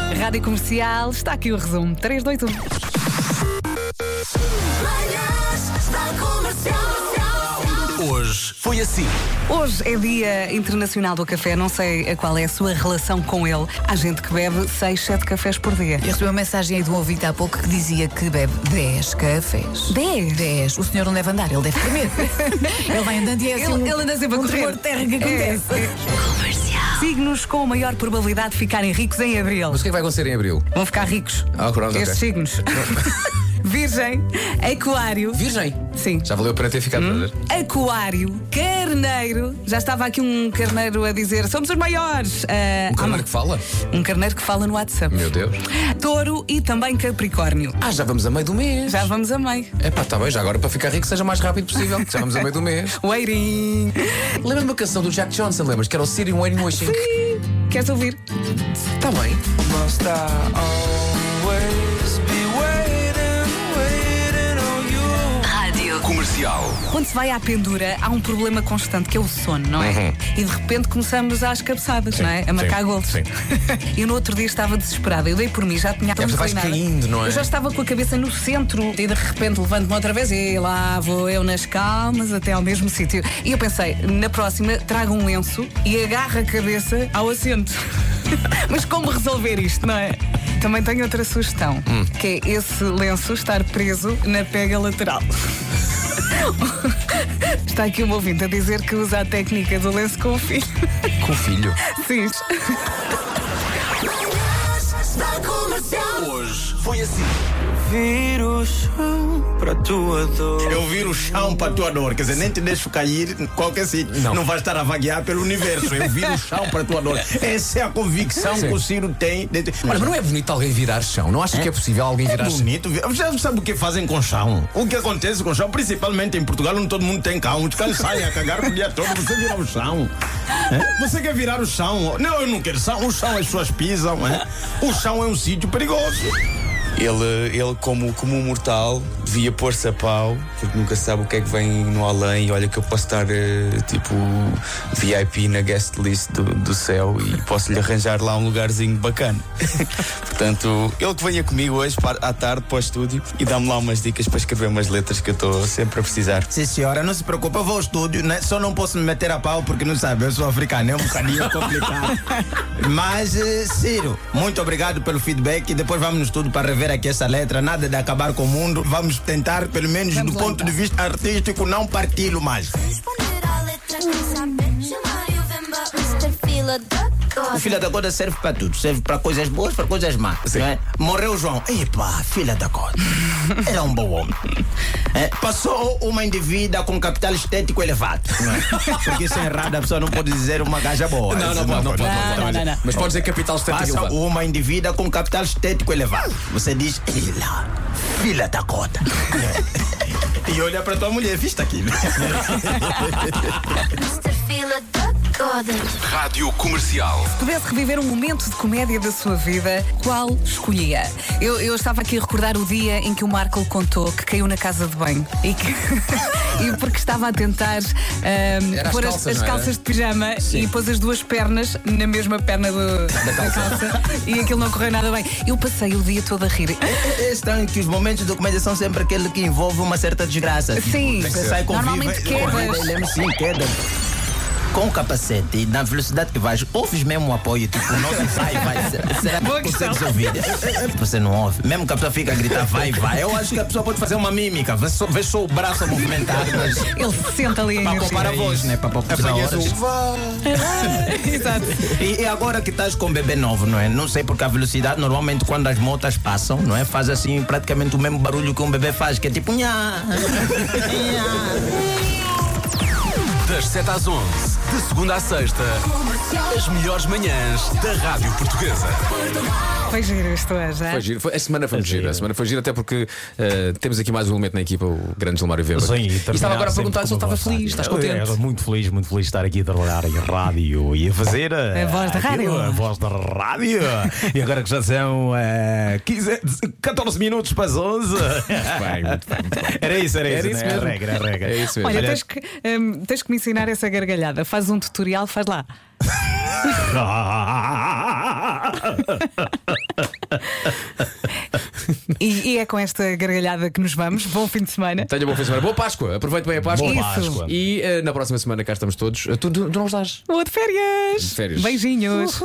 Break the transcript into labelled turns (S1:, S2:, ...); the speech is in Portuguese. S1: Rádio Comercial, está aqui o resumo 321.
S2: Manhãs da Comercial.
S3: Hoje foi assim.
S1: Hoje é Dia Internacional do Café, não sei a qual é a sua relação com ele. Há gente que bebe 6, 7 cafés por dia.
S4: Eu recebi uma mensagem aí de um ouvinte há pouco que dizia que bebe 10 cafés.
S1: 10?
S4: 10. O senhor não deve andar, ele deve tremer. ele vai andando e é assim.
S1: Ele,
S4: um-
S1: ele anda sempre a
S4: um
S1: correr.
S4: tremor de terra que
S1: É,
S4: acontece.
S1: é. Signos com maior probabilidade de ficarem ricos em abril.
S3: Mas o que é que vai acontecer em abril?
S1: Vão ficar ricos.
S3: Ah, pronto, ok.
S1: Esses signos. Virgem, Aquário.
S3: Virgem.
S1: Sim.
S3: Já valeu para ter ficado a ver?
S1: Aquário, Carneiro. Já estava aqui um carneiro a dizer: somos os maiores. Ah,
S3: Um
S1: há-
S3: carneiro que fala?
S1: Um carneiro que fala no WhatsApp.
S3: Meu Deus.
S1: Touro e também Capricórnio.
S3: Ah, já vamos a meio do mês.
S1: Já vamos a meio.
S3: É pá, está bem, já agora para ficar rico seja o mais rápido possível. que Já vamos a meio do mês.
S1: Waiting.
S3: Lembra-me uma canção do Jack Johnson, lembras? Que era o Siri Wayne Wishing.
S1: Queres ouvir?
S3: Está
S5: Tá
S3: bem.
S5: Must I always be waiting, waiting on you?
S1: Quando se vai à pendura, há um problema constante que é o sono, não é? E de repente começamos às cabeçadas, não é? A marcar
S3: Uhum. sim,
S1: golos.
S3: sim.
S1: eu no outro dia estava desesperada, eu dei por mim, já tinha tão
S3: porque vais
S1: treinada.
S3: caindo, não é?
S1: Eu já estava com a cabeça no centro e de repente levanto-me outra vez e lá vou eu nas calmas até ao mesmo sítio. E eu pensei, na próxima trago um lenço e agarro a cabeça ao assento. Mas como resolver isto, não é? Também tenho outra sugestão,
S3: Hum.
S1: que é esse lenço estar preso na pega lateral. Está aqui um ouvinte a dizer que usa a técnica do lenço com o filho.
S3: Com o filho.
S1: Sim.
S2: Manhãs da Comercial.
S3: Hoje foi assim.
S5: Vir o chão para tua dor.
S6: Eu viro o chão para a tua dor, quer dizer, nem te deixo cair em qualquer sítio. Não. vais estar a vaguear pelo universo. Eu viro o chão para a tua dor. Essa é a convicção
S3: Sim.
S6: que o Ciro tem. Dentro...
S3: Olha, mas não é bonito alguém virar chão? Não achas que é possível alguém
S6: É
S3: virar chão?
S6: bonito. ver. Você sabe o que fazem com chão? O que acontece com chão, principalmente em Portugal, onde todo mundo tem cão. Os cães saem a cagar o dia todo, você vira o chão. É? Você quer virar o chão? Não, eu não quero chão. O chão as pessoas pisam. É? O chão é um sítio perigoso.
S7: Ele, ele como comum mortal, devia pôr-se a pau, porque nunca sabe o que é que vem no além. E olha que eu posso estar eh, tipo VIP na guest list do, do céu e posso-lhe arranjar lá um lugarzinho bacana. Portanto, ele que venha comigo hoje para- à tarde para o estúdio e dá-me lá umas dicas para escrever umas letras que eu estou sempre a precisar.
S6: Sim, senhora, não se preocupe, eu vou ao estúdio, né? Só não posso me meter a pau porque não sabe, eu sou africano, é um bocadinho complicado. Mas, eh, Ciro, muito obrigado pelo feedback e depois vamos no estúdio para rever aqui essa letra. Nada de acabar com o mundo, vamos tentar, pelo menos
S1: Vamos
S6: do
S1: lá,
S6: ponto
S1: então.
S6: de vista artístico, não partilho mais.
S2: Responder à letra que sabe. Chamar e o Vemba, Mr. Fila da
S6: O
S2: Costa.
S6: filho da Goda serve para tudo, serve para coisas boas, para coisas más. não é? Morreu o João. Epa, filha da Goda. Era um bom homem. É, passou uma indivídua com capital estético elevado. não é? Porque isso é errado, a pessoa não pode dizer uma gaja boa.
S3: Não,
S6: Isso
S3: não pode, não pode.
S1: Não,
S3: pode.
S1: não, não, não.
S3: Mas pode dizer capital estética.
S6: Passa
S3: elevado.
S6: uma indivídua com capital estético elevado. Você diz, ei lá, filha da Goda. E olha para tua mulher, vista aqui. né?
S2: Mr. Fila da Coda.
S1: Se pudesse reviver um momento de comédia da sua vida, qual escolhia? Eu, eu estava aqui a recordar o dia em que o Marco contou que caiu na casa de banho e, que- e porque estava a tentar ahm,
S3: Era as
S1: pôr as,
S3: calças, não era?
S1: calças de pijama e pôs as duas pernas na mesma perna do- da, calça. e aquilo não correu nada bem. Eu passei o dia todo a rir.
S6: É estranho que os momentos de comédia são sempre aquele que envolve uma certa desgraça. tipo,
S1: Sim.
S6: você sai com
S1: Normalmente
S6: viva- com
S1: quedas.
S6: viva- lembra-se, Sim, queda. Com o capacete e na velocidade que vais, ouves mesmo o apoio, tipo, o nosso vai, vai. se- Será que
S1: Boa
S6: consegues
S1: questão.
S6: ouvir? Você não ouve. Mesmo que a pessoa fica a gritar, vai, vai. Eu acho que a pessoa pode fazer uma mímica, vê só, vê só o braço a movimentar, mas.
S1: Ele se senta ali a
S6: Para
S1: energia.
S6: poupar a voz, né? Para poupar a
S3: Apanhas
S6: horas.
S3: o vá.
S1: Exato.
S6: E, e agora que estás com o bebê novo, não é? Não sei porque a velocidade, normalmente quando as motas passam, não é? Faz assim praticamente o mesmo barulho que um bebê faz, que é tipo nhá.
S8: Das 7 às 11, de segunda à sexta, as melhores manhãs da Rádio Portuguesa.
S1: Foi giro isto hoje, é?
S3: Foi giro. Foi- a semana foi, giro. A semana foi giro, até porque eh, temos aqui mais um elemento na equipa, o grande Gilmário Weber.
S9: Sim,
S3: e estava
S9: terminar
S3: agora a
S9: sempre
S3: perguntar se
S9: com
S3: ele
S9: uma
S3: estava
S9: vontade.
S3: feliz, estás
S9: Eu
S3: contente.
S9: era muito feliz, muito feliz de estar aqui a trabalhar em rádio e a fazer
S1: A voz da
S3: Ah,
S9: aquilo,
S1: rádio.
S9: A voz da rádio. e agora que já são eh, 15, 14 minutos para as 11.
S3: bem, muito bem,
S9: Era isso, era,
S3: Era
S9: isso.
S3: isso
S9: né?
S3: mesmo.
S9: A regra, a regra.
S3: É isso mesmo.
S1: Olha,
S9: Olha-
S1: tens que, hum, tens que me ensinar essa gargalhada. Faz um tutorial, faz lá. E, e é com esta gargalhada que nos vamos. Bom fim de semana.
S3: Tenha bom fim de semana. Boa Páscoa. Aproveite bem a Páscoa.
S1: Boa Isso. Páscoa.
S3: E eh, na próxima semana cá estamos todos. Eh, Tu, tu, tu não estás?
S1: Boa de férias.
S3: De férias.
S1: Beijinhos.